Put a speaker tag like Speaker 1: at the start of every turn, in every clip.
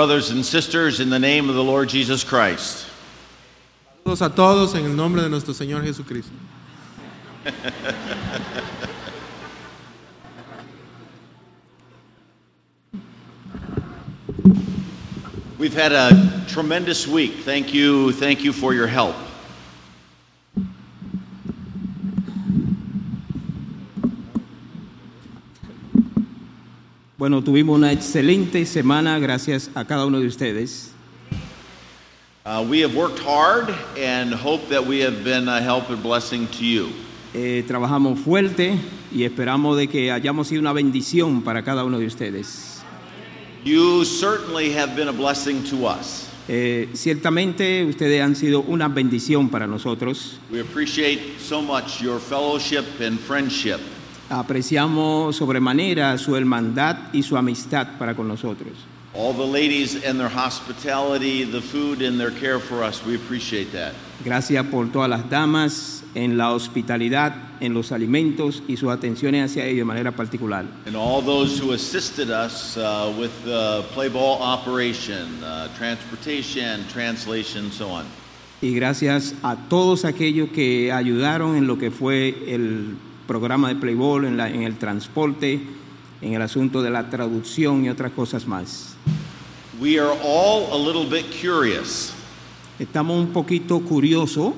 Speaker 1: Brothers and sisters, in the name of the Lord Jesus Christ,
Speaker 2: Saludos a todos en el nombre de nuestro Señor Jesucristo.
Speaker 1: we've had a tremendous week. Thank you, thank you for your help.
Speaker 3: Bueno, tuvimos una excelente semana gracias a cada uno de ustedes.
Speaker 1: Uh, we have worked hard and hope that we have been a help and blessing to you.
Speaker 3: Eh, trabajamos fuerte y esperamos de que hayamos sido una bendición para cada uno de ustedes.
Speaker 1: You certainly have been a blessing to us.
Speaker 3: Eh, ciertamente ustedes han sido una bendición para nosotros.
Speaker 1: We appreciate so much your fellowship and friendship.
Speaker 3: Apreciamos sobremanera su hermandad y su amistad para con nosotros.
Speaker 1: All the ladies and their hospitality, the food and their care for us, we appreciate that.
Speaker 3: Gracias por todas las damas en la hospitalidad, en los alimentos y sus atenciones hacia ellos de manera particular.
Speaker 1: And all those who assisted us uh, with the play ball operation, uh, transportation, translation, so on.
Speaker 3: Y gracias a todos aquellos que ayudaron en lo que fue el programa de Playboy, en, la- en el transporte, en el asunto de la traducción y otras cosas más.
Speaker 1: We are all a little bit curious.
Speaker 3: Estamos un poquito curiosos.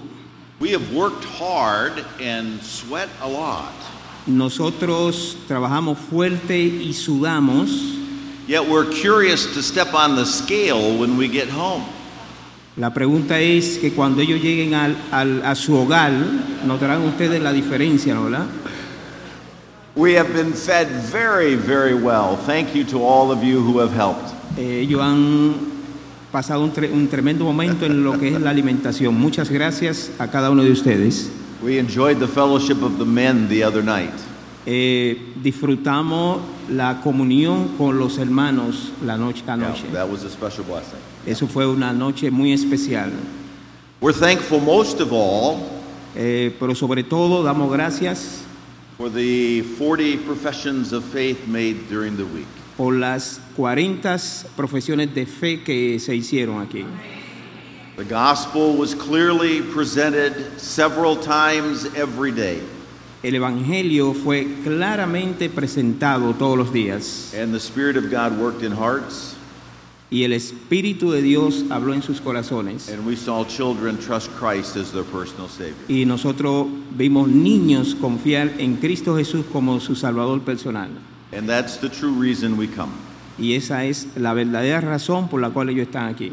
Speaker 1: We have worked hard and sweat a lot,
Speaker 3: Nosotros trabajamos fuerte y sudamos.
Speaker 1: yet we're curious to step on the scale when we get home.
Speaker 3: La pregunta es que cuando ellos lleguen al- al- a su hogar, notarán ustedes la diferencia, ¿no? ¿verdad?
Speaker 1: We have been fed very, very well. Thank you to all of you who have helped.
Speaker 3: Eh, ellos han pasado un tre- un tremendo momento en lo que es la alimentación. Muchas gracias a cada uno de ustedes.
Speaker 1: We enjoyed the fellowship of the men the other night.
Speaker 3: Eh, disfrutamos la comunión con los hermanos la noche la noche.
Speaker 1: that was a special blessing.
Speaker 3: Eso fue una noche muy especial.
Speaker 1: We're thankful most of all
Speaker 3: Eh, pero sobre todo damos gracias
Speaker 1: for the 40 professions of faith made during the week.
Speaker 3: por las 40 profesiones de fe que se hicieron aquí.
Speaker 1: The gospel was clearly presented several times every day,
Speaker 3: El Evangelio fue claramente presentado todos los días
Speaker 1: and the Spirit of God worked in hearts,
Speaker 3: y el Espíritu de Dios habló en sus corazones.
Speaker 1: and we saw children trust Christ as their personal Savior.
Speaker 3: Y nosotros vimos niños confiar en Cristo Jesús como su Salvador personal.
Speaker 1: And that's the true reason we come.
Speaker 3: Y esa es la verdadera razón por la cual ellos están aquí.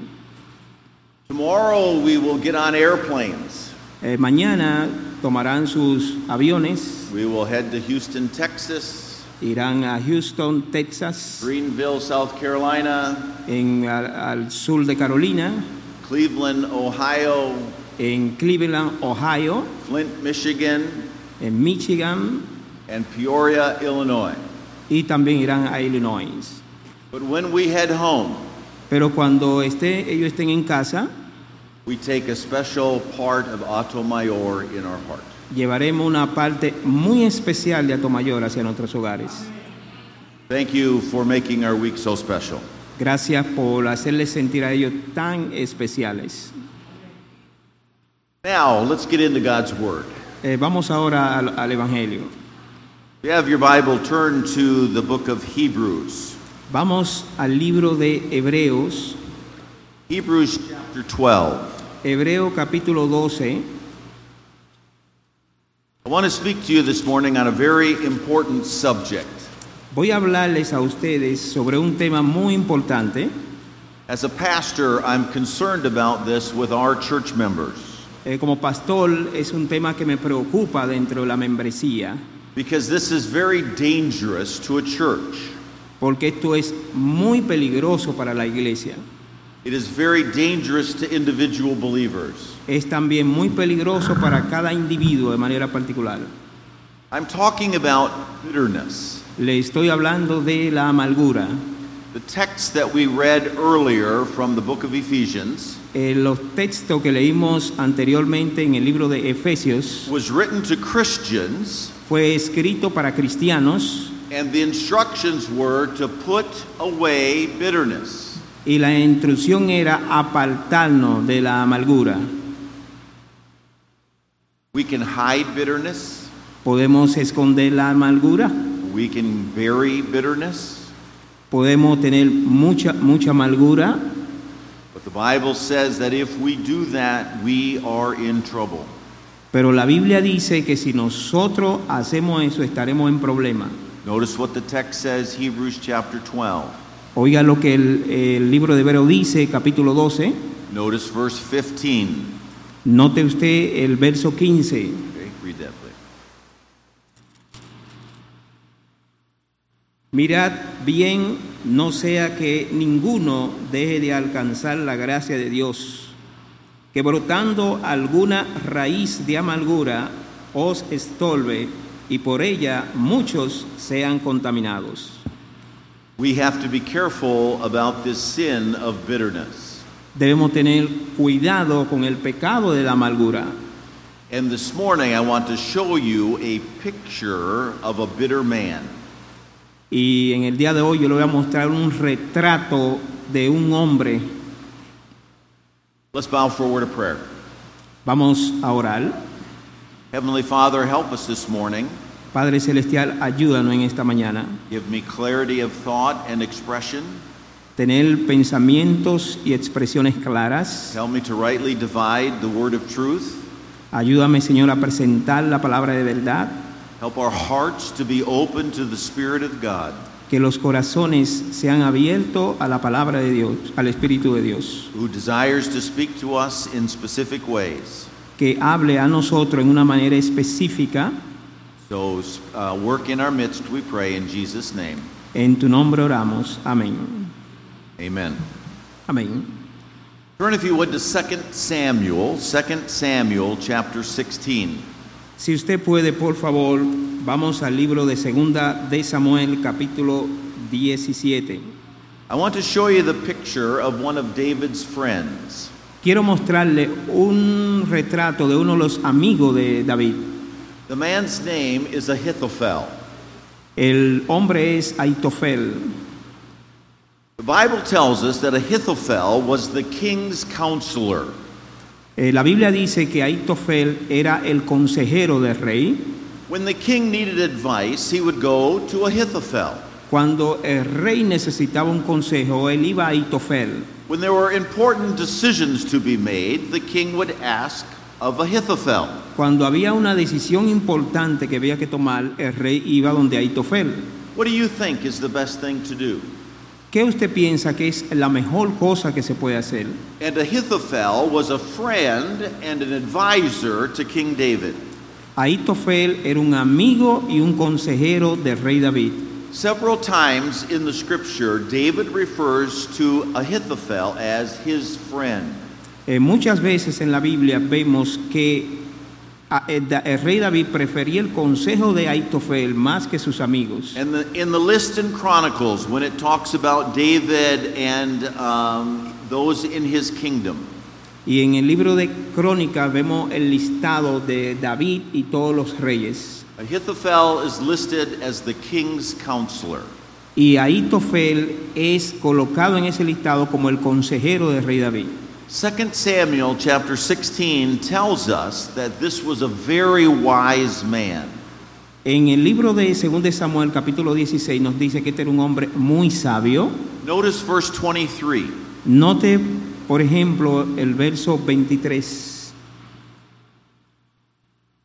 Speaker 1: Tomorrow we will get on airplanes.
Speaker 3: Eh, mañana tomarán sus aviones,
Speaker 1: We will head to Houston, Texas,
Speaker 3: irán a Houston, Texas,
Speaker 1: Greenville, South Carolina,
Speaker 3: en, al, al sur de Carolina,
Speaker 1: Cleveland, Ohio,
Speaker 3: en Cleveland, Ohio,
Speaker 1: Flint, Michigan,
Speaker 3: en Michigan
Speaker 1: and Peoria, Illinois.
Speaker 3: y también irán a Illinois.
Speaker 1: But when we head home,
Speaker 3: Pero cuando esté, ellos estén en casa,
Speaker 1: we take a special part of Otto Mayor in our heart.
Speaker 3: llevaremos una parte muy especial de Atomayor hacia nuestros hogares.
Speaker 1: Thank you for making our week so special.
Speaker 3: Gracias por hacerles sentir a ellos tan especiales.
Speaker 1: Now, let's get into God's Word.
Speaker 3: Eh, vamos ahora al- al Evangelio.
Speaker 1: If you have your Bible, turn to the book of Hebrews.
Speaker 3: Vamos al libro de Hebreos,
Speaker 1: Hebrews chapter 12.
Speaker 3: Hebreo capítulo 12.
Speaker 1: I want to speak to you this morning on a very important subject.
Speaker 3: Voy a hablarles a ustedes sobre un tema muy importante.
Speaker 1: As a pastor, I'm concerned about this with our church members
Speaker 3: Eh, como pastor es un tema que me preocupa dentro de la membresía,
Speaker 1: because this is very dangerous to a church.
Speaker 3: porque esto es muy peligroso para la iglesia.
Speaker 1: It is very dangerous to individual believers.
Speaker 3: Es también muy peligroso para cada individuo de manera particular.
Speaker 1: I'm talking about bitterness.
Speaker 3: Le estoy hablando de la amargura.
Speaker 1: The text that we read earlier from the book of Ephesians
Speaker 3: Eh, los textos que leímos anteriormente en el libro de Efesios
Speaker 1: was written to Christians,
Speaker 3: fue escrito para cristianos
Speaker 1: and the instructions were to put away bitterness.
Speaker 3: y la instrucción era apartarnos de la amargura.
Speaker 1: We can hide bitterness,
Speaker 3: Podemos esconder la amargura,
Speaker 1: we can bury bitterness,
Speaker 3: podemos tener mucha, mucha amargura,
Speaker 1: but the Bible says that if we do that, we are in trouble.
Speaker 3: pero la Biblia dice que si nosotros hacemos eso estaremos en problemas.
Speaker 1: Notice what the text says, Hebrews chapter 12.
Speaker 3: Oiga lo que el, el libro de Hebreo dice, capítulo 12.
Speaker 1: Notice verse 15.
Speaker 3: Note usted el verso 15.
Speaker 1: Okay, read that, please.
Speaker 3: Mirad bien, no sea que ninguno deje de alcanzar la gracia de Dios, que brotando alguna raíz de amargura os estorbe y por ella muchos sean contaminados.
Speaker 1: We have to be careful about this sin of bitterness.
Speaker 3: Debemos tener cuidado con el pecado de la amargura.
Speaker 1: And this morning, I want to show you a picture of a bitter man.
Speaker 3: Y en el día de hoy yo le voy a mostrar un retrato de un hombre.
Speaker 1: Let's bow for a word of prayer.
Speaker 3: Vamos a orar.
Speaker 1: Heavenly Father, help us this morning.
Speaker 3: Padre Celestial, ayúdanos en esta mañana.
Speaker 1: Give me clarity of thought and expression.
Speaker 3: Tener pensamientos y expresiones claras.
Speaker 1: Help me to rightly divide the word of truth.
Speaker 3: Ayúdame, Señor, a presentar la palabra de verdad,
Speaker 1: Help our hearts to be open to the Spirit of God,
Speaker 3: que los corazones sean abiertos a la palabra de Dios, al Espíritu de Dios,
Speaker 1: who desires to speak to us in specific ways.
Speaker 3: que hable a nosotros en una manera específica.
Speaker 1: So uh, work in our midst, we pray, in Jesus' name.
Speaker 3: En tu nombre oramos. Amén.
Speaker 1: Amen.
Speaker 3: Amén.
Speaker 1: Turn, if you would, to 2 Samuel, 2 Samuel chapter 16.
Speaker 3: Si usted puede, por favor, vamos al libro de Segunda de Samuel, capítulo 17.
Speaker 1: I want to show you the picture of one of David's friends.
Speaker 3: Quiero mostrarle un retrato de uno de los amigos de David.
Speaker 1: The man's name is Ahithophel.
Speaker 3: El hombre es Aitofel.
Speaker 1: The Bible tells us that Ahithophel was the king's counselor.
Speaker 3: Eh, la Biblia dice que Aitofel era el consejero del rey.
Speaker 1: When the king needed advice, he would go to Ahithophel.
Speaker 3: Cuando el rey necesitaba un consejo, él iba a Aitofel.
Speaker 1: When there were important decisions to be made, the king would ask of Ahithophel.
Speaker 3: Cuando había una decisión importante que había que tomar, el rey iba donde Aitofel.
Speaker 1: What do you think is the best thing to do?
Speaker 3: ¿Qué usted piensa que es la mejor cosa que se puede hacer?
Speaker 1: And Ahithophel was a friend and an advisor to King David.
Speaker 3: Aitofel era un amigo y un consejero del rey David.
Speaker 1: Several times in the scripture, David refers to Ahithophel as his friend.
Speaker 3: Eh, muchas veces en la Biblia vemos que a- eh, da- el rey David prefería el consejo de Aitofel más que sus amigos.
Speaker 1: And the, in the list in Chronicles, when it talks about David and um, those in his kingdom,
Speaker 3: Y en el libro de Crónicas vemos el listado de David y todos los reyes.
Speaker 1: Ahithophel is listed as the king's counselor.
Speaker 3: Y Aitofel es colocado en ese listado como el consejero del rey David.
Speaker 1: 2 Samuel chapter 16 tells us that this was a very wise man.
Speaker 3: En el libro de 2 de Samuel capítulo 16 nos dice que este era un hombre muy sabio.
Speaker 1: Notice verse 23.
Speaker 3: Note, por ejemplo, el verso 23.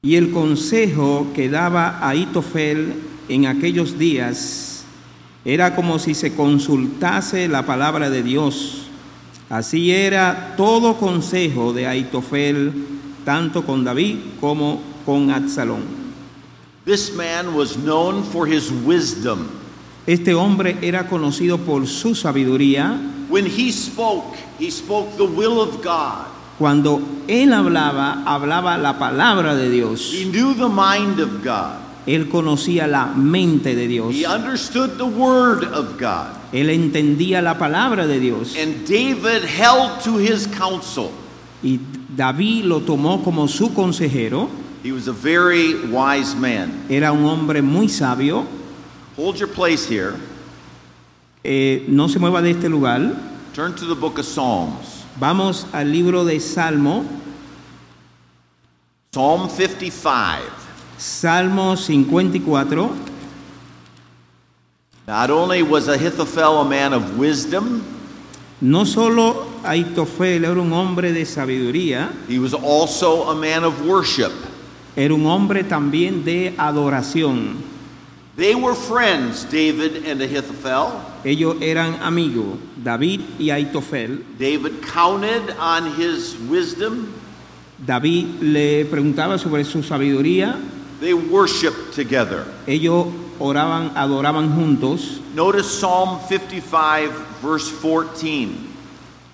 Speaker 3: Y el consejo que daba Aitofel en aquellos días era como si se consultase la palabra de Dios. Así era todo consejo de Aitofel, tanto con David como con Absalón.
Speaker 1: This man was known for his wisdom.
Speaker 3: Este hombre era conocido por su sabiduría.
Speaker 1: When he spoke, he spoke the will of God.
Speaker 3: Cuando él hablaba, hablaba la palabra de Dios.
Speaker 1: He knew the mind of God.
Speaker 3: Él conocía la mente de Dios.
Speaker 1: He understood the word of God.
Speaker 3: Él entendía la palabra de Dios.
Speaker 1: And David held to his counsel.
Speaker 3: Y David lo tomó como su consejero.
Speaker 1: He was a very wise man.
Speaker 3: Era un hombre muy sabio.
Speaker 1: Hold your place here.
Speaker 3: Eh, no se mueva de este lugar.
Speaker 1: Turn to the book of Psalms.
Speaker 3: Vamos al libro de Salmo,
Speaker 1: Psalm 55.
Speaker 3: Salmo 54.
Speaker 1: Not only was Ahithophel a man of wisdom,
Speaker 3: No solo Aitofel era un hombre de sabiduría,
Speaker 1: he was also a man of worship.
Speaker 3: era un hombre también de adoración.
Speaker 1: They were friends, David and Ahithophel.
Speaker 3: Ellos eran amigos, David y Aitofel.
Speaker 1: David counted on his wisdom.
Speaker 3: David le preguntaba sobre su sabiduría,
Speaker 1: They worshiped together.
Speaker 3: ellos oraban, adoraban juntos.
Speaker 1: Notice Psalm 55, verse 14.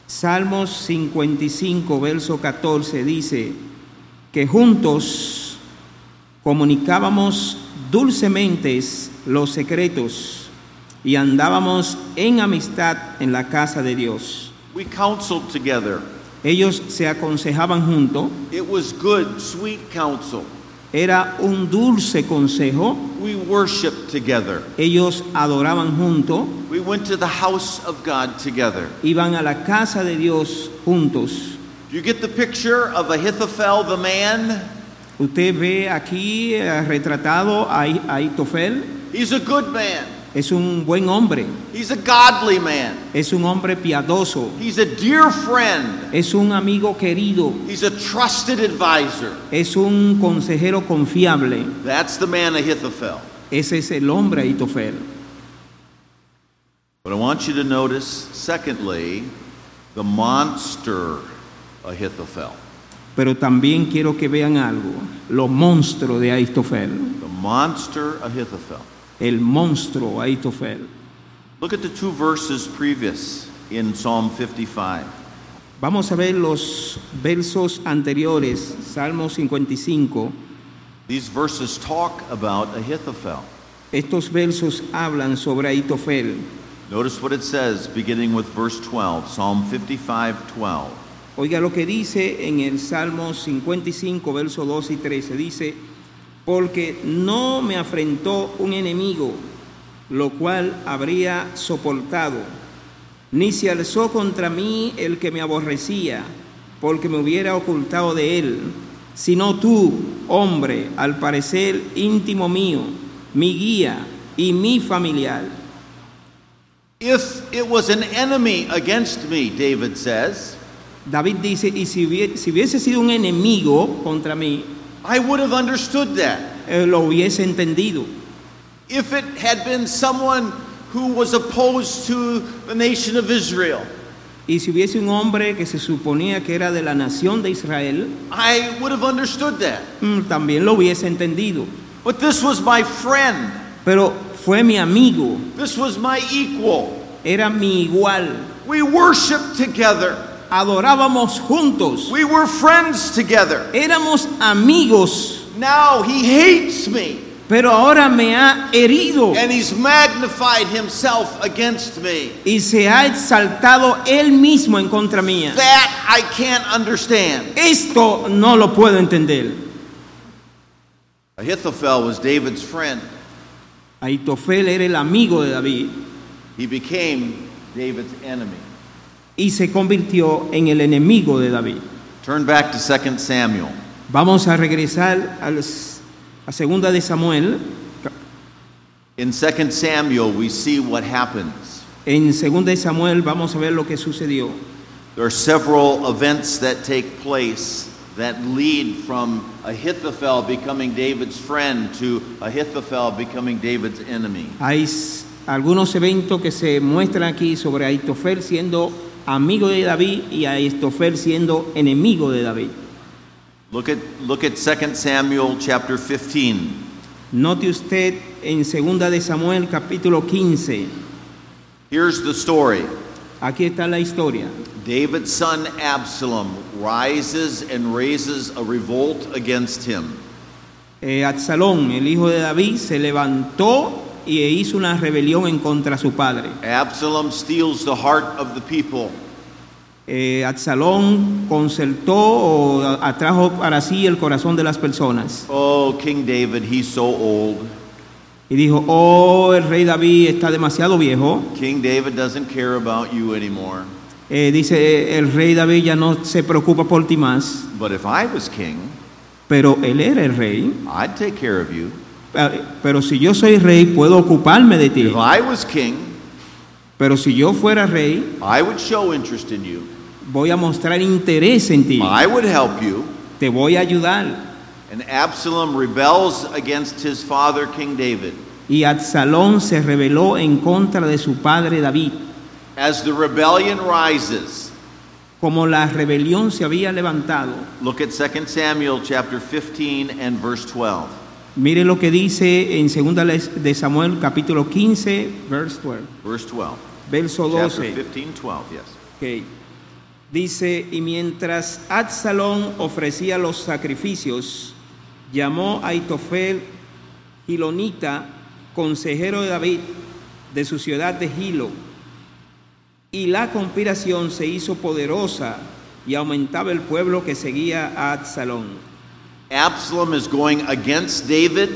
Speaker 3: Salmos 55, verso 14 dice que juntos comunicábamos dulcemente los secretos y andábamos en amistad en la casa de Dios.
Speaker 1: We counseled together.
Speaker 3: Ellos se aconsejaban juntos,
Speaker 1: It was good, sweet counsel.
Speaker 3: era un dulce consejo,
Speaker 1: We worshiped together.
Speaker 3: ellos adoraban juntos,
Speaker 1: We went to the house of God together.
Speaker 3: iban a la casa de Dios juntos.
Speaker 1: You get the picture of Ahithophel the man?
Speaker 3: Usted ve aquí eh, retratado a I- a Aitofel,
Speaker 1: He's a good man.
Speaker 3: es un buen hombre,
Speaker 1: He's a godly man.
Speaker 3: Es un hombre piadoso,
Speaker 1: He's a dear friend.
Speaker 3: es un amigo querido,
Speaker 1: He's a trusted advisor.
Speaker 3: es un consejero confiable.
Speaker 1: That's the man Ahithophel.
Speaker 3: Ese es el hombre Aitofel.
Speaker 1: But I want you to notice, secondly, the monster Ahithophel.
Speaker 3: Pero también quiero que vean algo, los monstruos de Aitofel,
Speaker 1: The monster Ahithophel.
Speaker 3: el monstruo Aitofel.
Speaker 1: Look at the two verses previous in Psalm 55.
Speaker 3: Vamos a ver los versos anteriores, Salmo 55.
Speaker 1: These verses talk about Ahithophel.
Speaker 3: Estos versos hablan sobre Aitofel.
Speaker 1: Notice what it says beginning with verse 12, Psalm 55 12.
Speaker 3: Oiga lo que dice en el Salmo 55, versos 2 y 13. Dice, porque no me afrentó un enemigo, lo cual habría soportado, ni se alzó contra mí el que me aborrecía, porque me hubiera ocultado de él, sino tú, hombre, al parecer íntimo mío, mi guía y mi familiar.
Speaker 1: If it was an enemy against me, David says,
Speaker 3: David dice, y si hubie- si hubiese sido un enemigo contra mí,
Speaker 1: I would have understood that.
Speaker 3: eh, lo hubiese entendido.
Speaker 1: If it had been someone who was opposed to the nation of Israel,
Speaker 3: Y si hubiese un hombre que se suponía que era de la nación de Israel,
Speaker 1: I would have understood that.
Speaker 3: mm, también lo hubiese entendido.
Speaker 1: But this was my friend.
Speaker 3: Pero fue mi amigo,
Speaker 1: This was my equal.
Speaker 3: era mi igual.
Speaker 1: We worshiped together.
Speaker 3: Adorábamos juntos,
Speaker 1: We were friends together.
Speaker 3: éramos amigos,
Speaker 1: Now he hates me
Speaker 3: pero ahora me ha herido
Speaker 1: and he's magnified himself against me.
Speaker 3: y se ha exaltado él mismo en contra mía.
Speaker 1: That I can't understand.
Speaker 3: Esto no lo puedo entender.
Speaker 1: Ahithophel was David's friend.
Speaker 3: Aitofel era el amigo de David
Speaker 1: He became David's enemy.
Speaker 3: y se convirtió en el enemigo de David.
Speaker 1: Turn back to 2 Samuel.
Speaker 3: Vamos a regresar a, los- a segunda de Samuel.
Speaker 1: In 2 Samuel, we see what happens.
Speaker 3: En segunda de Samuel vamos a ver lo que sucedió.
Speaker 1: There are several events that take place that lead from Ahithophel becoming David's friend to Ahithophel becoming David's enemy.
Speaker 3: Hay s- algunos eventos que se muestran aquí sobre Aitofel siendo amigo de David y Aitofel siendo enemigo de David.
Speaker 1: Look at, look at 2 Samuel chapter 15.
Speaker 3: Note usted en segunda de Samuel capítulo 15.
Speaker 1: Here's the story.
Speaker 3: Aquí está la historia.
Speaker 1: David's son Absalom rises and raises a revolt against him.
Speaker 3: Eh, Absalón, el hijo de David, se levantó y hizo una rebelión en contra de su padre.
Speaker 1: Absalom steals the heart of the people.
Speaker 3: eh, Absalón concertó o a- atrajo para sí el corazón de las personas.
Speaker 1: Oh, King David, he's so old.
Speaker 3: Y dijo, oh, el rey David está demasiado viejo,
Speaker 1: King David doesn't care about you anymore.
Speaker 3: eh, dice, el rey David ya no se preocupa por ti más,
Speaker 1: But if I was king,
Speaker 3: pero él era el rey.
Speaker 1: I'd take care of you.
Speaker 3: Eh, Pero si yo soy rey, puedo ocuparme de ti.
Speaker 1: If I was king,
Speaker 3: Pero si yo fuera rey,
Speaker 1: I would show interest in you.
Speaker 3: voy a mostrar interés en ti.
Speaker 1: I would help you.
Speaker 3: Te voy a ayudar.
Speaker 1: And Absalom rebels against his father, King David.
Speaker 3: Y Absalón se rebeló en contra de su padre David.
Speaker 1: As the rebellion rises,
Speaker 3: Como la rebelión se había levantado.
Speaker 1: look at 2 Samuel chapter 15 and verse 12.
Speaker 3: Mire lo que dice en 2 de Samuel capítulo 15, verse 12,
Speaker 1: Verse 12.
Speaker 3: verso
Speaker 1: Chapter
Speaker 3: 12.
Speaker 1: 15, 12, yes.
Speaker 3: Ok. Dice, y mientras Absalón ofrecía los sacrificios, llamó a Itofel Gilonita, consejero de David, de su ciudad de Gilo. Y la conspiración se hizo poderosa y aumentaba el pueblo que seguía a Absalón.
Speaker 1: Absalom is going against David.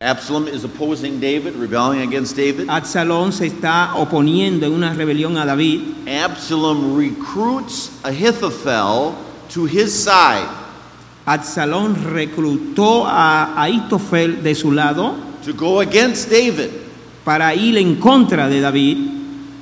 Speaker 1: Absalom is opposing David, rebelling against David.
Speaker 3: Absalón se está oponiendo en una rebelión a David
Speaker 1: Absalom recruits Ahithophel to his side
Speaker 3: Absalón reclutó a Aitofel de su lado
Speaker 1: to go against David.
Speaker 3: para ir en contra de David.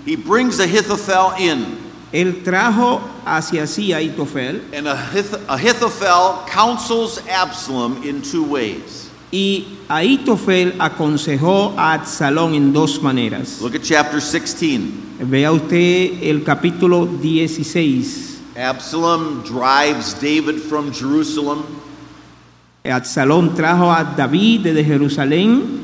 Speaker 1: He brings Ahithophel in,
Speaker 3: Él trajo hacia sí a Aitofel
Speaker 1: and Ahith- Ahithophel counsels Absalom in two ways.
Speaker 3: y Aitofel aconsejó a Absalón en dos maneras.
Speaker 1: Look at chapter 16.
Speaker 3: Vea usted el capítulo 16.
Speaker 1: Absalom drives David from Jerusalem.
Speaker 3: Absalón trajo a David desde Jerusalén.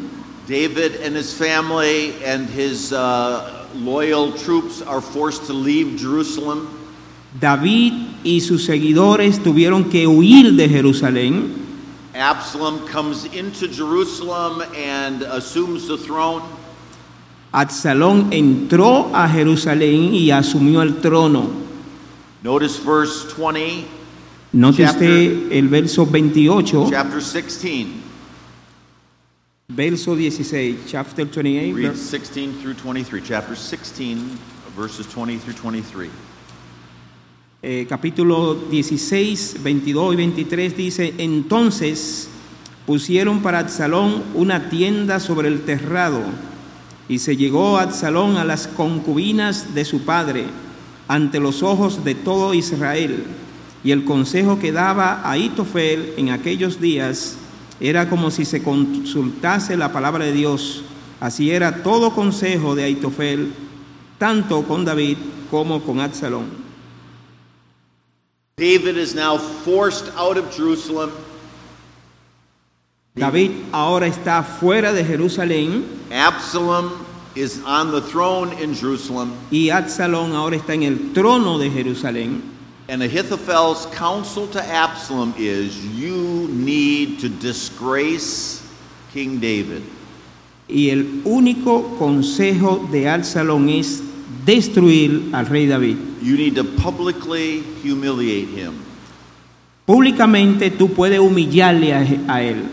Speaker 1: David and his family and his uh, loyal troops are forced to leave Jerusalem.
Speaker 3: David y sus seguidores tuvieron que huir de Jerusalén.
Speaker 1: Absalom comes into Jerusalem and assumes the throne.
Speaker 3: Absalón entró a Jerusalén y asumió el trono.
Speaker 1: Notice verse 20,
Speaker 3: Note
Speaker 1: Chapter-
Speaker 3: usted el verso 28,
Speaker 1: chapter 16.
Speaker 3: verso 16, chapter 28.
Speaker 1: Read
Speaker 3: ver-
Speaker 1: 16 through 23. Chapter 16, verses 20 through 23.
Speaker 3: eh, capítulo 16, 22 y 23 dice, entonces pusieron para Absalón una tienda sobre el terrado y se llegó Absalón a las concubinas de su padre ante los ojos de todo Israel. Y el consejo que daba Aitofel en aquellos días era como si se consultase la palabra de Dios. Así era todo consejo de Aitofel, tanto con David como con Absalón.
Speaker 1: David is now forced out of Jerusalem.
Speaker 3: David ahora está fuera de Jerusalén
Speaker 1: Absalom is on the throne in Jerusalem.
Speaker 3: y Absalón ahora está en el trono de Jerusalén.
Speaker 1: And Ahithophel's counsel to Absalom is you need to disgrace King David.
Speaker 3: Y el único consejo de Absalón es destruir al rey David.
Speaker 1: You need to publicly humiliate him.
Speaker 3: Públicamente tú puedes humillarle a, a él.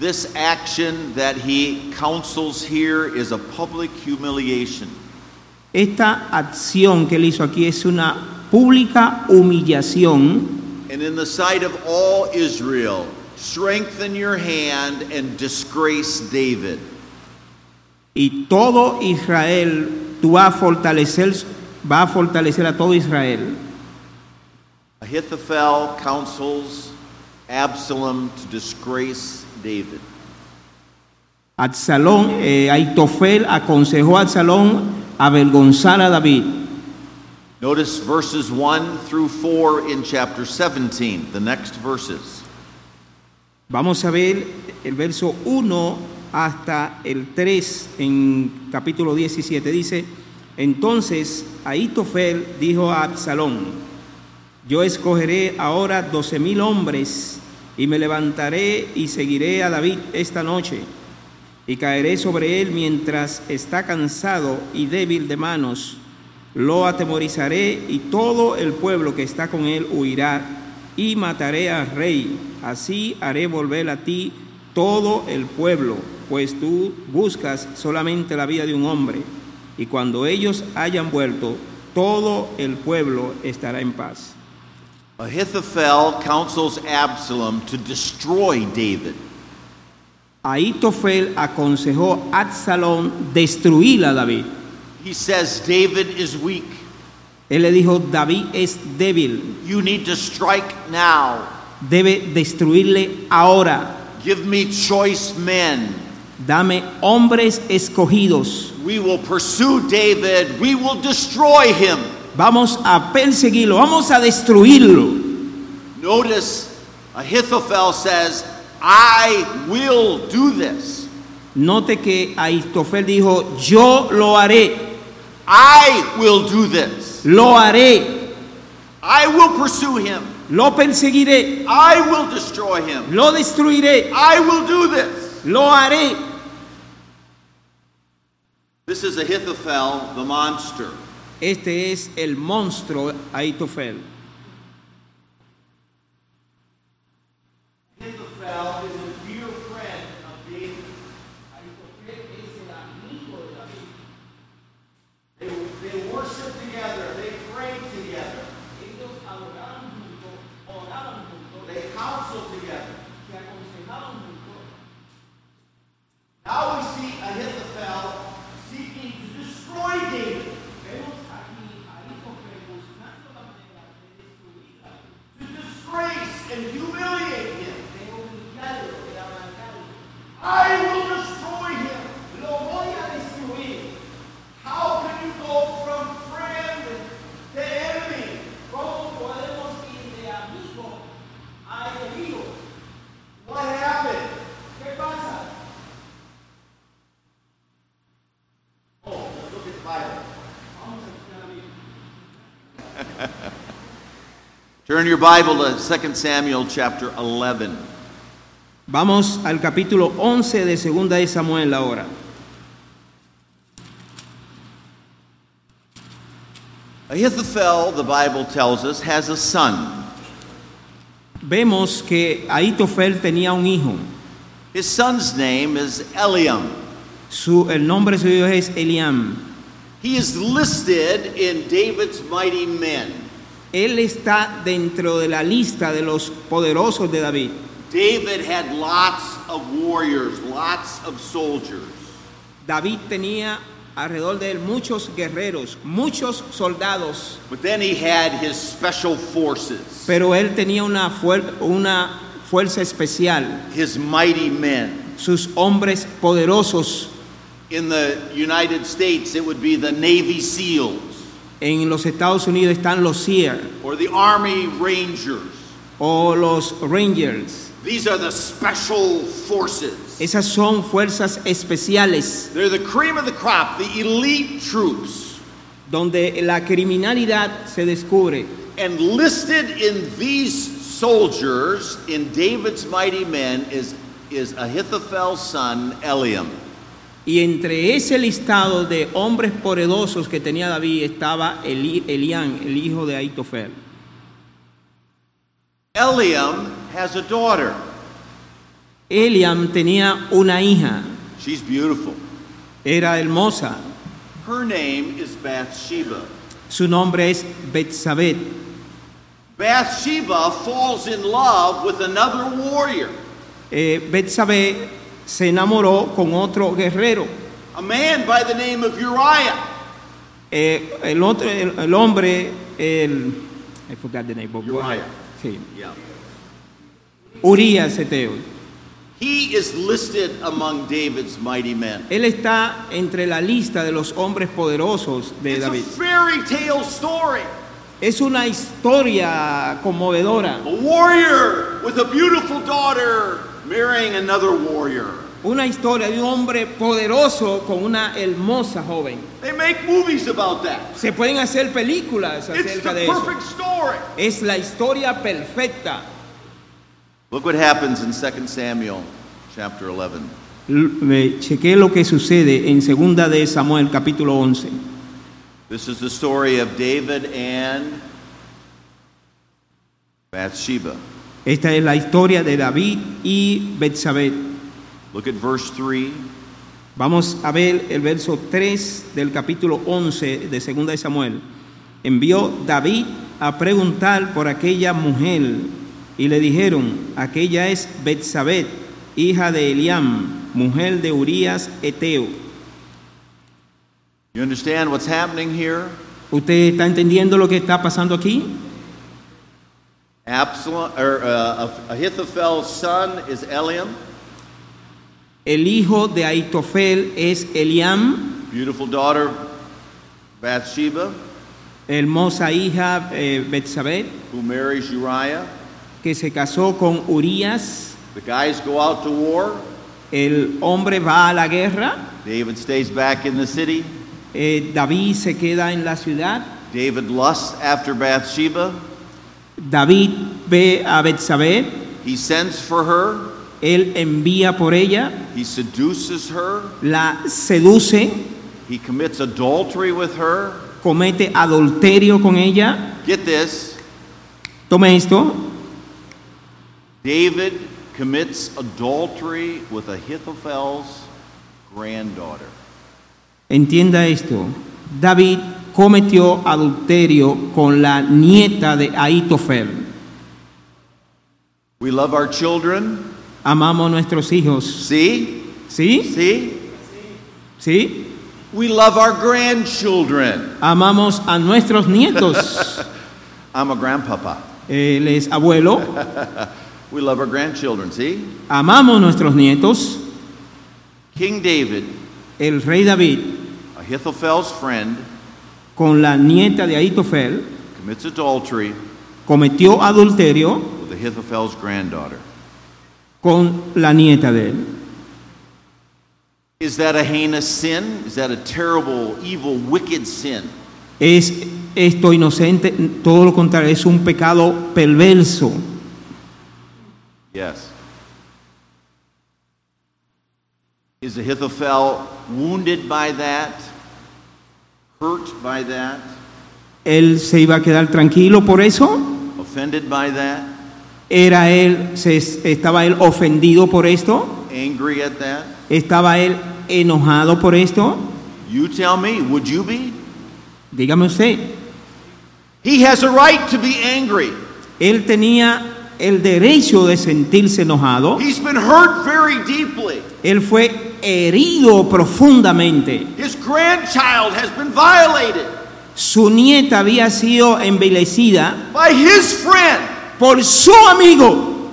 Speaker 1: This action that he counsels here is a public humiliation.
Speaker 3: Esta acción que él hizo aquí es una pública humillación
Speaker 1: And in the sight of all Israel, strengthen your hand and disgrace David.
Speaker 3: y todo Israel, tú vas a fortalecer, va a fortalecer a todo Israel.
Speaker 1: Ahithophel counsels Absalom to disgrace David.
Speaker 3: Absalón, eh, Aitofel aconsejó a Absalón avergonzar a David.
Speaker 1: Notice verses 1 through 4 in chapter 17, the next verses.
Speaker 3: Vamos a ver el verso 1 hasta el 3 en capítulo 17. Dice, entonces Aitofel dijo a Absalón, yo escogeré ahora doce mil hombres y me levantaré y seguiré a David esta noche y caeré sobre él mientras está cansado y débil de manos. Lo atemorizaré y todo el pueblo que está con él huirá y mataré al rey. Así haré volver a ti todo el pueblo, pues tú buscas solamente la vida de un hombre. Y y cuando ellos hayan vuelto, todo el pueblo estará en paz.
Speaker 1: Ahithophel counsels Absalom to destroy David.
Speaker 3: Ahitofel aconsejó a Absalón destruir a David.
Speaker 1: He says, David is weak.
Speaker 3: Él le dijo, David es débil,
Speaker 1: You need to strike now.
Speaker 3: debe destruirle ahora.
Speaker 1: Give me choice men.
Speaker 3: Dame hombres escogidos.
Speaker 1: We will pursue David. We will destroy him.
Speaker 3: Vamos a perseguirlo, vamos a destruirlo.
Speaker 1: Notice Ahithophel says, I will do this.
Speaker 3: Note que Ahitofel dijo, yo lo haré,
Speaker 1: I will do this.
Speaker 3: lo haré,
Speaker 1: I will pursue him.
Speaker 3: lo perseguiré,
Speaker 1: I will destroy him.
Speaker 3: lo destruiré,
Speaker 1: I will do this.
Speaker 3: lo haré.
Speaker 1: This is Ahithophel, the monster.
Speaker 3: Este es el monstruo Ahitofel.
Speaker 1: Ahithophel is a dear friend of David. They, they worship together. They pray together. They counsel together. Now we see Ahithophel seeking to destroy David. To disgrace and humiliate him. I will destroy him. How can you go from friend to enemy? What happened? Oh, let's look at the Bible. Turn your Bible to 2 Samuel chapter 11.
Speaker 3: Vamos al capítulo 11 de Segunda de Samuel ahora.
Speaker 1: Ahithophel, the Bible tells us, has a son.
Speaker 3: Vemos que Ahitofel tenía un hijo.
Speaker 1: His son's name is Eliam.
Speaker 3: Su, el nombre de su hijo es Eliam.
Speaker 1: He is listed in David's mighty men.
Speaker 3: Él está dentro de la lista de los poderosos de David.
Speaker 1: David had lots of warriors, lots of soldiers.
Speaker 3: David tenía alrededor de él muchos guerreros, muchos soldados,
Speaker 1: But then he had his special forces,
Speaker 3: pero él tenía una, fuer- una fuerza especial,
Speaker 1: his mighty men.
Speaker 3: sus hombres poderosos.
Speaker 1: In the United States, it would be the Navy SEALs
Speaker 3: En los Estados Unidos están los SEAR
Speaker 1: or the Army Rangers.
Speaker 3: o los Rangers.
Speaker 1: These are the special forces.
Speaker 3: Esas son fuerzas especiales
Speaker 1: They're the cream of the crop, the elite troops.
Speaker 3: donde la criminalidad se descubre.
Speaker 1: And listed in these soldiers, in David's mighty men, is, is Ahithophel's son, Eliam.
Speaker 3: Y entre ese listado de hombres poderosos que tenía David estaba Eli- Elián, el hijo de Aitofel.
Speaker 1: Eliam has a daughter.
Speaker 3: Eliam tenía una hija,
Speaker 1: She's beautiful.
Speaker 3: era hermosa.
Speaker 1: Her name is Bathsheba.
Speaker 3: Su nombre es Betsabé.
Speaker 1: Bathsheba falls in love with another warrior,
Speaker 3: Eh, Betsabé se enamoró con otro guerrero.
Speaker 1: a man by the name of Uriah.
Speaker 3: Eh, el, otro, el, el hombre, el... I forgot the name, but-
Speaker 1: Uriah.
Speaker 3: Sí.
Speaker 1: Yeah.
Speaker 3: Urias Eteo.
Speaker 1: He is listed among David's mighty men.
Speaker 3: Él está entre la lista de los hombres poderosos de
Speaker 1: It's a
Speaker 3: David.
Speaker 1: fairy tale story.
Speaker 3: Es una historia conmovedora.
Speaker 1: A warrior with a beautiful daughter marrying another warrior.
Speaker 3: Una historia de un hombre poderoso con una hermosa joven.
Speaker 1: They make movies about that.
Speaker 3: Se pueden hacer películas
Speaker 1: It's
Speaker 3: acerca
Speaker 1: the
Speaker 3: de eso.
Speaker 1: perfect story.
Speaker 3: Es la historia perfecta.
Speaker 1: Look what happens in 2 Samuel chapter 11.
Speaker 3: Chequé lo que sucede en segunda de Samuel capítulo 11.
Speaker 1: This is the story of David and Bathsheba.
Speaker 3: Esta es la historia de David y Betsabé.
Speaker 1: Look at verse 3.
Speaker 3: Vamos a ver el verso 3 del capítulo 11 de 2 de Samuel. Envió David a preguntar por aquella mujer y le dijeron, aquella es Betsabé, hija de Eliam, mujer de Urías Eteo.
Speaker 1: You understand what's happening here?
Speaker 3: ¿Usted está entendiendo lo que está pasando aquí?
Speaker 1: Absalom, or uh, Ahithophel's son is Eliam,
Speaker 3: El hijo de Aitofel es Eliam,
Speaker 1: beautiful daughter Bathsheba,
Speaker 3: hermosa hija eh, Betsabé,
Speaker 1: who marries Uriah.
Speaker 3: que se casó con Urías.
Speaker 1: The guys go out to war.
Speaker 3: El hombre va a la guerra,
Speaker 1: David stays back in the city.
Speaker 3: eh, David se queda en la ciudad,
Speaker 1: David lusts after Bathsheba.
Speaker 3: David ve a Betsabé,
Speaker 1: He sends for her.
Speaker 3: él envía por ella,
Speaker 1: He seduces her.
Speaker 3: la seduce,
Speaker 1: He commits adultery with her.
Speaker 3: comete adulterio con ella.
Speaker 1: Get this
Speaker 3: Tome esto,
Speaker 1: David commits adultery with Ahithophel's granddaughter.
Speaker 3: entienda esto. David cometió adulterio con la nieta de Aitofel.
Speaker 1: We love our children.
Speaker 3: Amamos a nuestros hijos.
Speaker 1: See?
Speaker 3: ¿Sí?
Speaker 1: See?
Speaker 3: ¿Sí?
Speaker 1: We love our grandchildren.
Speaker 3: Amamos a nuestros nietos.
Speaker 1: I'm a grandpapa.
Speaker 3: Él es abuelo.
Speaker 1: We love our grandchildren. See?
Speaker 3: Amamos a nuestros nietos.
Speaker 1: King David,
Speaker 3: El rey David,
Speaker 1: Ahithophel's friend,
Speaker 3: con la nieta de Aitofel,
Speaker 1: commits adultery
Speaker 3: cometió adulterio
Speaker 1: with Ahithophel's granddaughter.
Speaker 3: con la nieta de él.
Speaker 1: Is that a heinous sin? Is that a terrible, evil, wicked sin?
Speaker 3: ¿Es esto inocente? Todo lo contrario, es un pecado perverso.
Speaker 1: Yes. Is Ahithophel wounded by that? Hurt by that?
Speaker 3: Él se iba a quedar tranquilo por eso.
Speaker 1: Offended by that?
Speaker 3: Era él, se, estaba él ofendido por esto.
Speaker 1: Angry at that?
Speaker 3: Estaba él enojado por esto.
Speaker 1: You tell me, would you be?
Speaker 3: Dígame usted,
Speaker 1: He has a right to be angry.
Speaker 3: él tenía el derecho de sentirse enojado.
Speaker 1: He's been hurt very deeply.
Speaker 3: Él fue herido profundamente.
Speaker 1: His grandchild has been violated
Speaker 3: Su nieta había sido envilecida
Speaker 1: by his friend.
Speaker 3: por su amigo.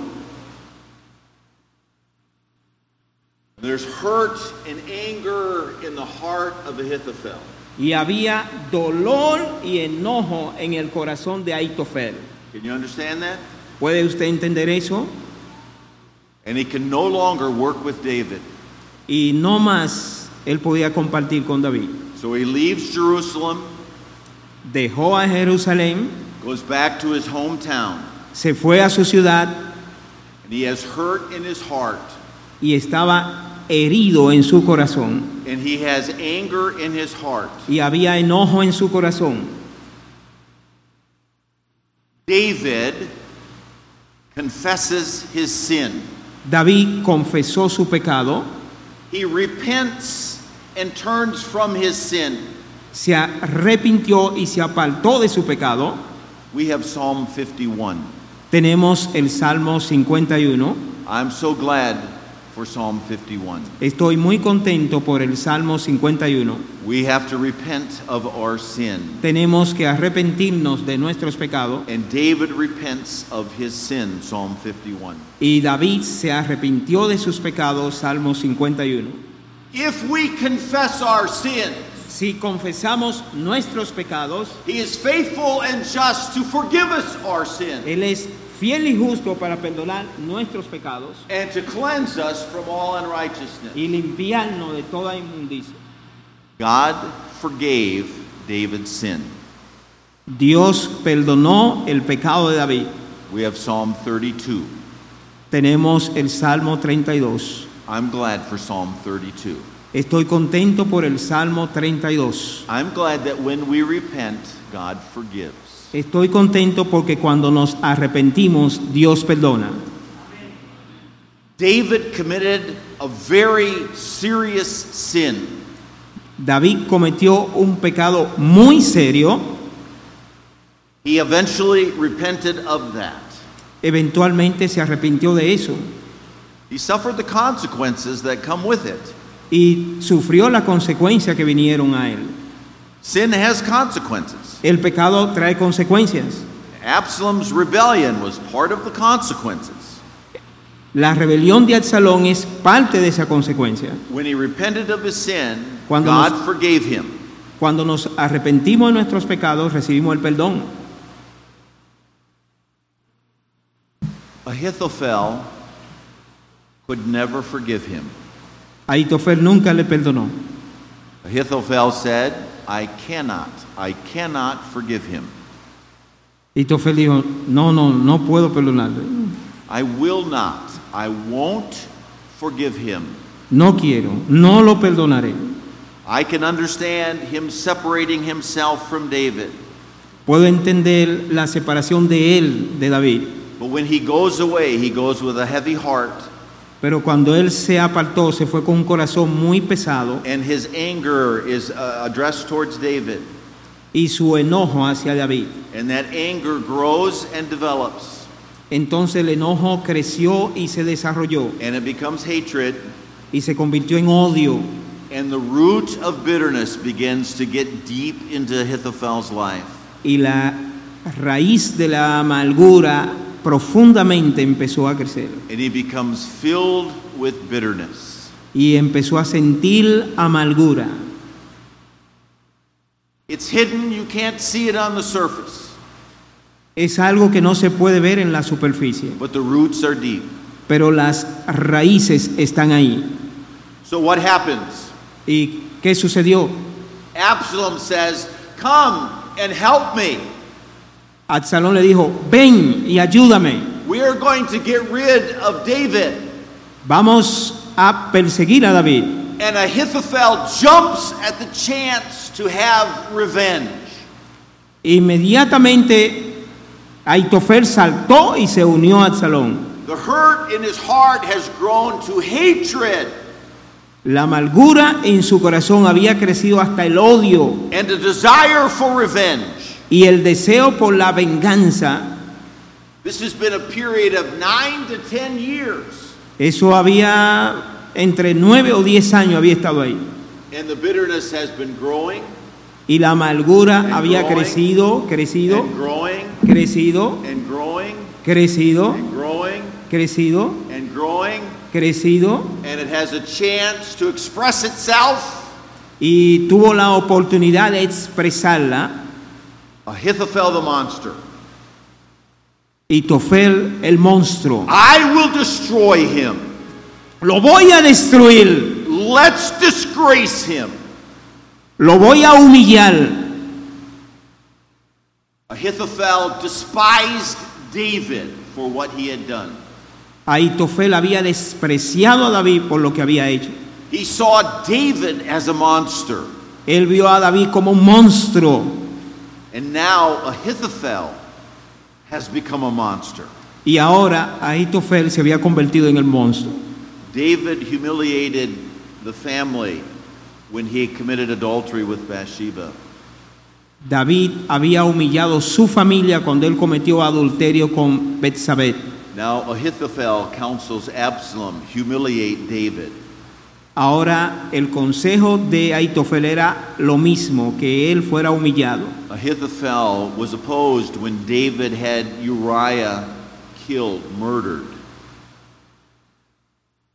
Speaker 1: There's hurt and anger in the heart of Ahithophel.
Speaker 3: Y había dolor y enojo en el corazón de Aitofel.
Speaker 1: Can you understand that?
Speaker 3: ¿Puede usted entender eso?
Speaker 1: And he can no longer work with David.
Speaker 3: Y no más él podía compartir con David.
Speaker 1: So he leaves Jerusalem,
Speaker 3: Dejó a Jerusalén,
Speaker 1: goes back to his hometown,
Speaker 3: se fue a su ciudad
Speaker 1: and he has hurt in his heart,
Speaker 3: y estaba herido en su corazón.
Speaker 1: and he has anger in his heart.
Speaker 3: Y había enojo en su corazón.
Speaker 1: David confesses his sin.
Speaker 3: David confesó su pecado,
Speaker 1: He repents and turns from his sin.
Speaker 3: se arrepintió y se apartó de su pecado.
Speaker 1: We have Psalm 51.
Speaker 3: Tenemos el Salmo 51.
Speaker 1: I'm so glad for Psalm 51.
Speaker 3: Estoy muy contento por el Salmo 51.
Speaker 1: We have to repent of our sin.
Speaker 3: Tenemos que arrepentirnos de nuestros pecados.
Speaker 1: And David repents of his sin, Psalm 51.
Speaker 3: Y David se arrepintió de sus pecados, Salmo 51.
Speaker 1: If we confess our sin,
Speaker 3: Si confesamos nuestros pecados,
Speaker 1: he is faithful and just to forgive us our sin
Speaker 3: Él es fiel y justo para perdonar nuestros pecados
Speaker 1: and to cleanse us from all unrighteousness.
Speaker 3: y limpiarnos de toda inmundicia.
Speaker 1: God forgave David's sin.
Speaker 3: Dios perdonó el pecado de David.
Speaker 1: We have Psalm 32.
Speaker 3: Tenemos el Salmo 32.
Speaker 1: I'm glad for Psalm 32.
Speaker 3: Estoy contento por el Salmo 32.
Speaker 1: I'm glad that when we repent, God forgives.
Speaker 3: Estoy contento porque cuando nos arrepentimos, Dios perdona.
Speaker 1: David committed a very serious sin.
Speaker 3: David cometió un pecado muy serio,
Speaker 1: He eventually repented of that.
Speaker 3: eventualmente se arrepintió de eso
Speaker 1: He suffered the consequences that come with it.
Speaker 3: y sufrió la consecuencia que vinieron a él.
Speaker 1: Sin has consequences.
Speaker 3: El pecado trae consecuencias.
Speaker 1: Absalom's rebellion was part of the consequences.
Speaker 3: La rebelión de Absalón es parte de esa consecuencia.
Speaker 1: When he repented of his sin,
Speaker 3: Cuando
Speaker 1: God
Speaker 3: nos-
Speaker 1: forgave him.
Speaker 3: Cuando nos arrepentimos de nuestros pecados, recibimos el perdón.
Speaker 1: Ahithophel could never forgive him.
Speaker 3: Aitofel nunca le perdonó.
Speaker 1: Ahithophel said, I cannot, I cannot forgive him.
Speaker 3: Aitofel dijo, no, no, no puedo perdonarle.
Speaker 1: I will not, I won't forgive him.
Speaker 3: No quiero, no lo perdonaré.
Speaker 1: I can understand him separating himself from David,
Speaker 3: Puedo entender la separación de él, de David,
Speaker 1: but when he goes away, he goes with a heavy heart,
Speaker 3: pero cuando él se apartó, se fue con un corazón muy pesado
Speaker 1: and his anger is uh, addressed towards David,
Speaker 3: y su enojo hacia David.
Speaker 1: and that anger grows and develops,
Speaker 3: Entonces el enojo creció y se desarrolló
Speaker 1: and it becomes hatred,
Speaker 3: y se convirtió en odio
Speaker 1: and the root of bitterness begins to get deep into Ahithophel's life.
Speaker 3: y la raíz de la amargura profundamente empezó a crecer
Speaker 1: and he becomes filled with bitterness.
Speaker 3: y empezó a sentir amargura.
Speaker 1: It's hidden, you can't see it on the surface,
Speaker 3: Es algo que no se puede ver en la superficie,
Speaker 1: but the roots are deep.
Speaker 3: pero las raíces están ahí.
Speaker 1: So what happens?
Speaker 3: ¿Y qué sucedió?
Speaker 1: Absalom says, Come and help me.
Speaker 3: Absalón le dijo, ven y ayúdame,
Speaker 1: We are going to get rid of David.
Speaker 3: vamos a perseguir a David.
Speaker 1: And Ahithophel jumps at the chance to have revenge.
Speaker 3: Inmediatamente Aitofel saltó y se unió a Absalón.
Speaker 1: The hurt in his heart has grown to hatred
Speaker 3: La amargura en su corazón había crecido hasta el odio
Speaker 1: and a desire for revenge.
Speaker 3: y el deseo por la venganza.
Speaker 1: This has been a period of nine to ten years.
Speaker 3: Eso había entre nueve o diez años había estado ahí.
Speaker 1: And the bitterness has been growing
Speaker 3: Y la amargura
Speaker 1: And
Speaker 3: había
Speaker 1: growing.
Speaker 3: crecido, crecido,
Speaker 1: and growing
Speaker 3: crecido,
Speaker 1: and growing
Speaker 3: crecido,
Speaker 1: and growing
Speaker 3: crecido,
Speaker 1: and growing,
Speaker 3: crecido.
Speaker 1: and it has a chance to express itself.
Speaker 3: Y tuvo la oportunidad de expresarla.
Speaker 1: Ahithophel the monster.
Speaker 3: Aitofel el monstruo.
Speaker 1: I will destroy him.
Speaker 3: Lo voy a destruir.
Speaker 1: Let's disgrace him.
Speaker 3: Lo voy a humillar.
Speaker 1: Ahithophel despised David for what he had done.
Speaker 3: Aitofel había despreciado a David por lo que había hecho.
Speaker 1: He saw David as a monster.
Speaker 3: Él vio a David como un monstruo
Speaker 1: And now Ahithophel has become a monster.
Speaker 3: y ahora Aitofel se había convertido en el monstruo.
Speaker 1: David humiliated the family when he committed adultery with Bathsheba.
Speaker 3: David había humillado su familia cuando él cometió adulterio con Betsabé.
Speaker 1: Now Ahithophel counsels Absalom, humiliate David.
Speaker 3: Ahora el consejo de Aitofel era lo mismo, que él fuera humillado.
Speaker 1: Ahithophel was opposed when David had Uriah killed, murdered.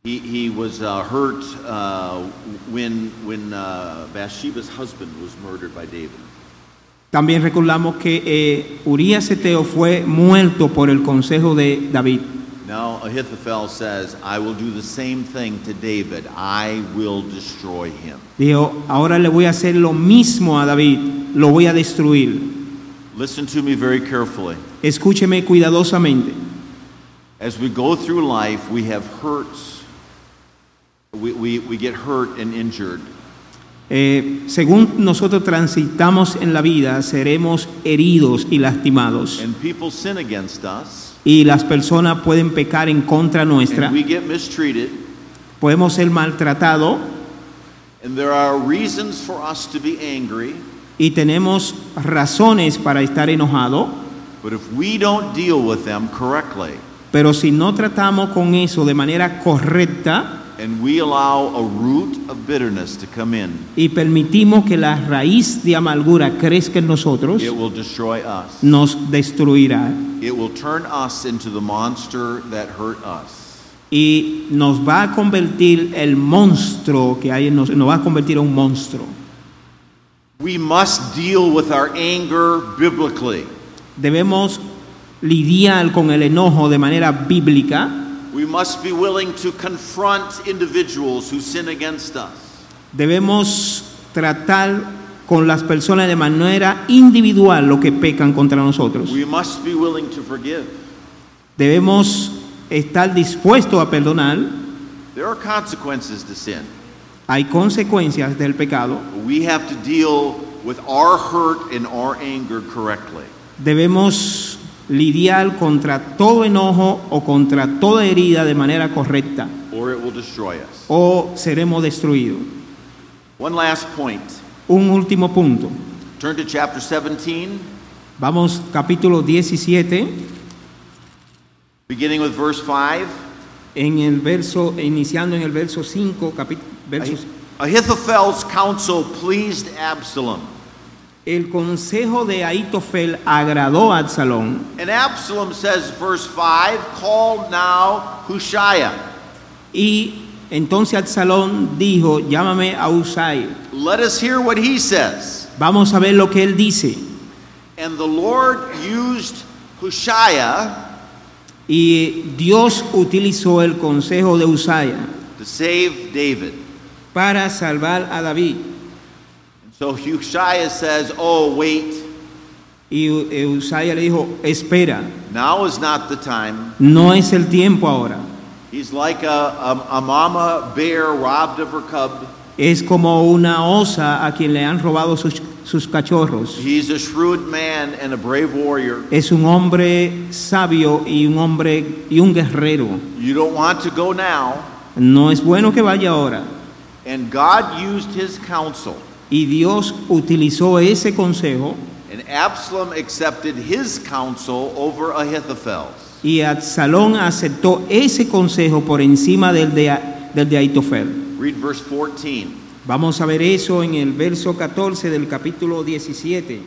Speaker 1: He, he was uh, hurt uh, when, when uh, Bathsheba's husband was murdered by David.
Speaker 3: También recordamos que eh, Urias Eteo fue muerto por el consejo de David.
Speaker 1: Now Ahithophel says, I will do the same thing to David. I will destroy him.
Speaker 3: Dijo, ahora le voy a hacer lo mismo a David, lo voy a destruir.
Speaker 1: Listen to me very carefully.
Speaker 3: Escúcheme cuidadosamente.
Speaker 1: As we go through life, we have hurts. We, we, we get hurt and injured.
Speaker 3: Eh, según nosotros transitamos en la vida, seremos heridos y lastimados.
Speaker 1: And people sin against us.
Speaker 3: y las personas pueden pecar en contra nuestra,
Speaker 1: and we get mistreated,
Speaker 3: podemos ser maltratados
Speaker 1: and there are reasons for us to be angry,
Speaker 3: y tenemos razones para estar enojados,
Speaker 1: but if we don't deal with them correctly
Speaker 3: pero si no tratamos con eso de manera correcta
Speaker 1: and we allow a root of bitterness to come in,
Speaker 3: y permitimos que la raíz de amargura crezca en nosotros,
Speaker 1: it will destroy us.
Speaker 3: nos destruirá
Speaker 1: It will turn us into the monster that hurt us.
Speaker 3: y nos va a convertir el monstruo que hay en nosotros, nos va a convertir en un monstruo.
Speaker 1: We must deal with our anger biblically.
Speaker 3: Debemos lidiar con el enojo de manera bíblica.
Speaker 1: We must be willing to confront individuals who sin against us.
Speaker 3: Debemos tratar con las personas de manera individual lo que pecan contra nosotros.
Speaker 1: We must be willing to forgive.
Speaker 3: Debemos estar dispuestos a perdonar.
Speaker 1: There are consequences to sin.
Speaker 3: Hay consecuencias del pecado.
Speaker 1: But we have to deal with our hurt and our anger correctly.
Speaker 3: Debemos lidiar contra todo enojo o contra toda herida de manera correcta
Speaker 1: or it will destroy us.
Speaker 3: o seremos destruidos.
Speaker 1: One last point.
Speaker 3: Un último punto.
Speaker 1: Turn to chapter 17,
Speaker 3: Vamos capítulo 17
Speaker 1: beginning with verse 5.
Speaker 3: en el verso iniciando en el verso 5 capi- versos
Speaker 1: Ahithophel's counsel pleased Absalom,
Speaker 3: El consejo de Aitofel agradó a Absalón.
Speaker 1: and Absalom says, verse 5, call now Hushai.
Speaker 3: Y entonces Absalón dijo, llámame a Usai.
Speaker 1: Let us hear what he says.
Speaker 3: Vamos a ver lo que él dice.
Speaker 1: And the Lord used Hushai
Speaker 3: Y Dios utilizó el consejo de Usai
Speaker 1: to save David.
Speaker 3: para salvar a David.
Speaker 1: And so Hushai says, oh, wait,
Speaker 3: Y U- eh, Usai le dijo, espera,
Speaker 1: now is not the time.
Speaker 3: no es el tiempo ahora.
Speaker 1: He's like a, a, a mama bear robbed of her cub.
Speaker 3: Es como una osa a quien le han robado sus, sus cachorros.
Speaker 1: He's a shrewd man and a brave warrior.
Speaker 3: Es un hombre sabio y un hombre y un guerrero.
Speaker 1: You don't want to go now.
Speaker 3: No es bueno que vaya ahora.
Speaker 1: And God used his counsel,
Speaker 3: Y Dios utilizó ese consejo
Speaker 1: and Absalom accepted his counsel over Ahithophel's.
Speaker 3: y Absalón aceptó ese consejo por encima del de, A- del de Aitofel.
Speaker 1: Read verse 14.
Speaker 3: Vamos a ver eso en el verso 14 del capítulo 17.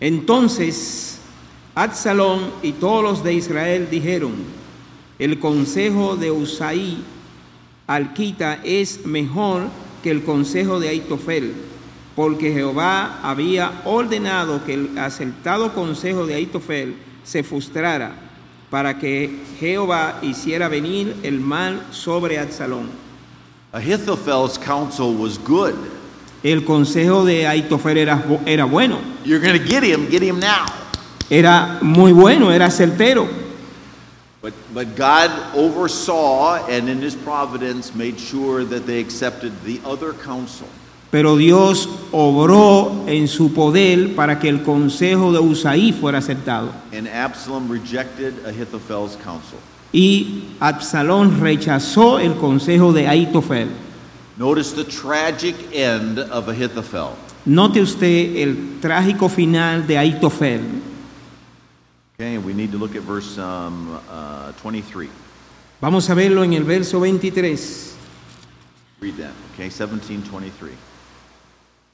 Speaker 3: Entonces, Absalón y todos los de Israel dijeron, el consejo de Usaí Alquita es mejor que el consejo de Aitofel, porque Jehová había ordenado que el acertado consejo de Aitofel se frustrara para que Jehová hiciera venir el mal sobre Absalón.
Speaker 1: Ahithophel's counsel was good.
Speaker 3: El consejo de Aitofel era, bu- era bueno,
Speaker 1: You're going to get him, get him now.
Speaker 3: era muy bueno, era certero,
Speaker 1: But, but God oversaw and in his providence made sure that they accepted the other counsel.
Speaker 3: pero Dios obró en su poder para que el consejo de Usaí fuera aceptado.
Speaker 1: And Absalom rejected Ahithophel's counsel.
Speaker 3: Y Absalón rechazó el consejo de Aitofel.
Speaker 1: Notice the tragic end of Ahithophel.
Speaker 3: Note usted el trágico final de Aitofel.
Speaker 1: Okay, we need to look at verse um, uh, 23.
Speaker 3: Vamos a verlo en el verso 23.
Speaker 1: Read that. Okay, 1723.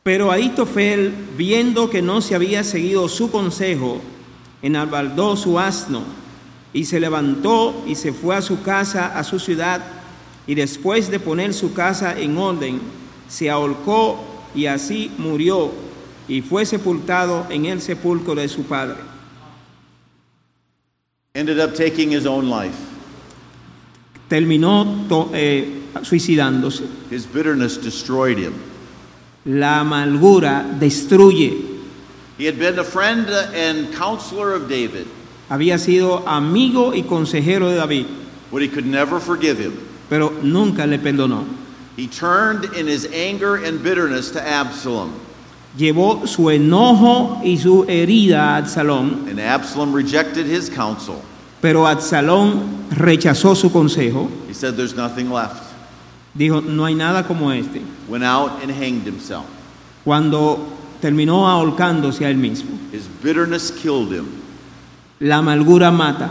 Speaker 3: Pero Aitofel, viendo que no se había seguido su consejo, enalbardó su asno y se levantó y se fue a su casa, a su ciudad, y después de poner su casa en orden, se ahorcó y así murió y fue sepultado en el sepulcro de su padre.
Speaker 1: Ended up taking his own life.
Speaker 3: terminó to- eh, suicidándose.
Speaker 1: His bitterness destroyed him.
Speaker 3: La amargura destruye.
Speaker 1: He had been a friend and counselor of David,
Speaker 3: Había sido amigo y consejero de David,
Speaker 1: but he could never forgive him.
Speaker 3: pero nunca le perdonó.
Speaker 1: He turned in his anger and bitterness to Absalom,
Speaker 3: Llevó su enojo y su herida a Absalón,
Speaker 1: and Absalom rejected his counsel.
Speaker 3: Pero Absalón rechazó su consejo,
Speaker 1: He said, There's nothing left.
Speaker 3: dijo, no hay nada como este,
Speaker 1: Went out and hanged himself.
Speaker 3: cuando terminó ahorcándose a él mismo.
Speaker 1: His bitterness killed him.
Speaker 3: La amargura mata.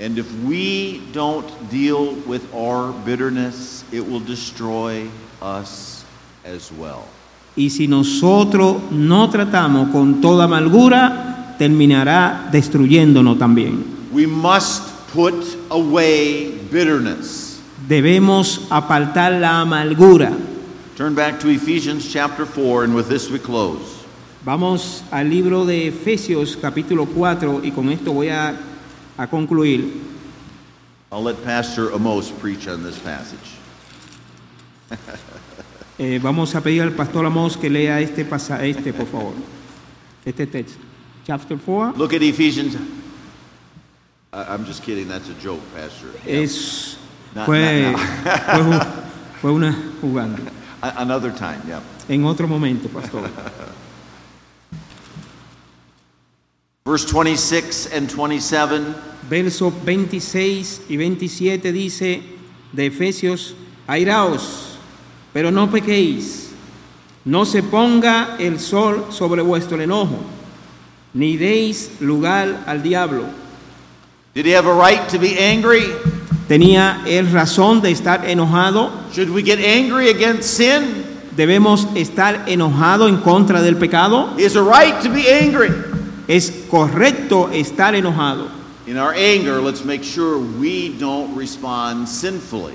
Speaker 1: And if we don't deal with our bitterness, it will destroy us as well.
Speaker 3: Y si nosotros no tratamos con toda amargura, terminará destruyéndonos también.
Speaker 1: We must put away bitterness.
Speaker 3: Debemos apartar la amargura.
Speaker 1: Turn back to Ephesians chapter 4, and with this we close.
Speaker 3: Vamos al libro de Efesios capítulo 4 y con esto voy a, a concluir.
Speaker 1: I'll let Pastor Amos preach on this passage.
Speaker 3: Eh, vamos a pedir al pastor Amos que lea este pasa- este por favor. Este texto. Chapter 4
Speaker 1: Look at Ephesians. I, I'm just kidding. That's a joke, Pastor.
Speaker 3: es
Speaker 1: No,
Speaker 3: fue,
Speaker 1: no,
Speaker 3: fue ju- fue una jugando.
Speaker 1: A- another time, yeah.
Speaker 3: En otro momento, pastor.
Speaker 1: Verse 26 and 27.
Speaker 3: versos 26 y 27 dice de Efesios, airaos, pero no pequéis, no se ponga el sol sobre vuestro enojo, ni deis lugar al diablo.
Speaker 1: Did he have a right to be angry?
Speaker 3: Tenía él razón de estar enojado,
Speaker 1: Should we get angry against sin?
Speaker 3: debemos estar enojado en contra del pecado,
Speaker 1: He has a right to be angry.
Speaker 3: es correcto estar enojado.
Speaker 1: In our anger, let's make sure we don't respond sinfully.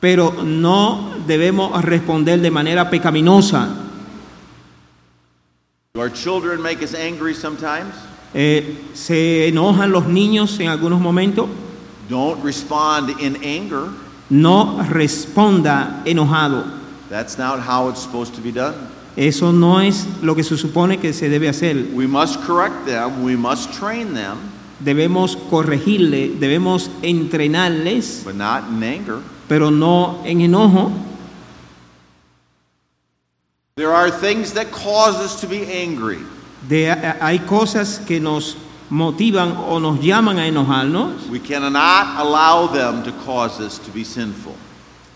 Speaker 3: Pero no debemos responder de manera pecaminosa
Speaker 1: Do our children make us angry sometimes?
Speaker 3: Eh, se enojan los niños en algunos momentos.
Speaker 1: Don't respond in anger.
Speaker 3: No responda enojado.
Speaker 1: That's not how it's supposed to be done.
Speaker 3: Eso no es lo que se supone que se debe hacer.
Speaker 1: We must correct them, we must train them,
Speaker 3: Debemos corregirle, debemos entrenarles,
Speaker 1: but not in anger.
Speaker 3: pero no en enojo.
Speaker 1: There are things that cause us to be angry.
Speaker 3: De- a- hay cosas que nos motivan o nos llaman a enojarnos.
Speaker 1: We cannot allow them to cause us to be sinful.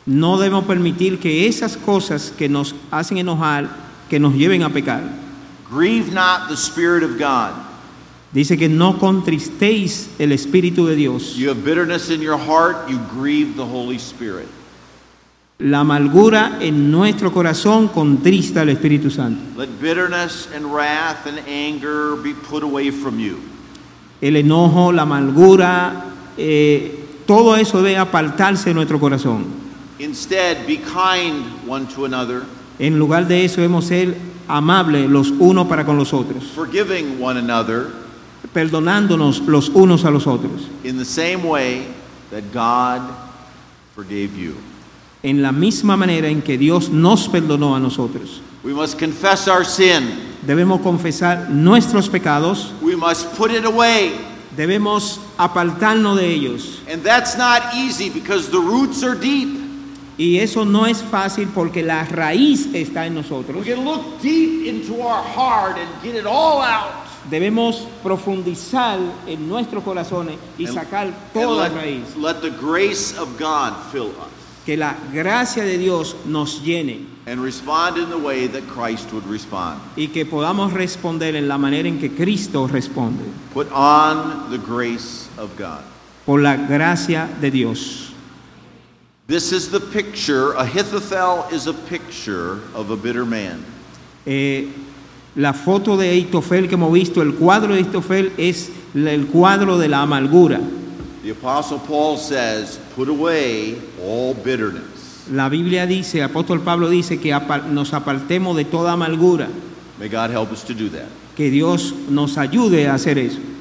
Speaker 3: No debemos permitir que esas cosas que nos hacen enojar, que nos lleven a pecar.
Speaker 1: Grieve not the Spirit of God.
Speaker 3: Dice que no contristéis el Espíritu de Dios.
Speaker 1: You have bitterness in your heart, you grieve the Holy Spirit.
Speaker 3: La amargura en nuestro corazón contrista al Espíritu Santo.
Speaker 1: Let bitterness and wrath and anger be put away from you.
Speaker 3: El enojo, la amargura, eh, todo eso debe apartarse de nuestro corazón.
Speaker 1: Instead, be kind one to another,
Speaker 3: En lugar de eso debemos ser amables los unos para con los otros,
Speaker 1: forgiving one another
Speaker 3: perdonándonos los unos a los otros,
Speaker 1: in the same way that God forgave you.
Speaker 3: en la misma manera en que Dios nos perdonó a nosotros.
Speaker 1: We must confess our sin.
Speaker 3: Debemos confesar nuestros pecados,
Speaker 1: We must put it away.
Speaker 3: debemos apartarnos de ellos.
Speaker 1: And that's not easy because the roots are deep.
Speaker 3: Y eso no es fácil porque la raíz está en nosotros.
Speaker 1: We can look deep into our heart and get it all out.
Speaker 3: Debemos profundizar en nuestros corazones y
Speaker 1: And-
Speaker 3: sacar
Speaker 1: And
Speaker 3: toda raíz.
Speaker 1: let, let the grace of God fill us
Speaker 3: Que la gracia de Dios nos llene
Speaker 1: and respond in the way that Christ would respond.
Speaker 3: y que podamos responder en la manera en que Cristo responde.
Speaker 1: Put on the grace of God.
Speaker 3: Por la gracia de Dios.
Speaker 1: This is the picture. Ahithophel is a picture of a bitter man.
Speaker 3: Eh, la foto de Eitofel que hemos visto, el cuadro de Eitofel es la- el cuadro de la amargura.
Speaker 1: The Apostle Paul says, Put away all bitterness.
Speaker 3: La Biblia dice, el apóstol Pablo dice que apar- nos apartemos de toda amargura.
Speaker 1: May God help us to do that.
Speaker 3: Que Dios nos ayude a hacer eso.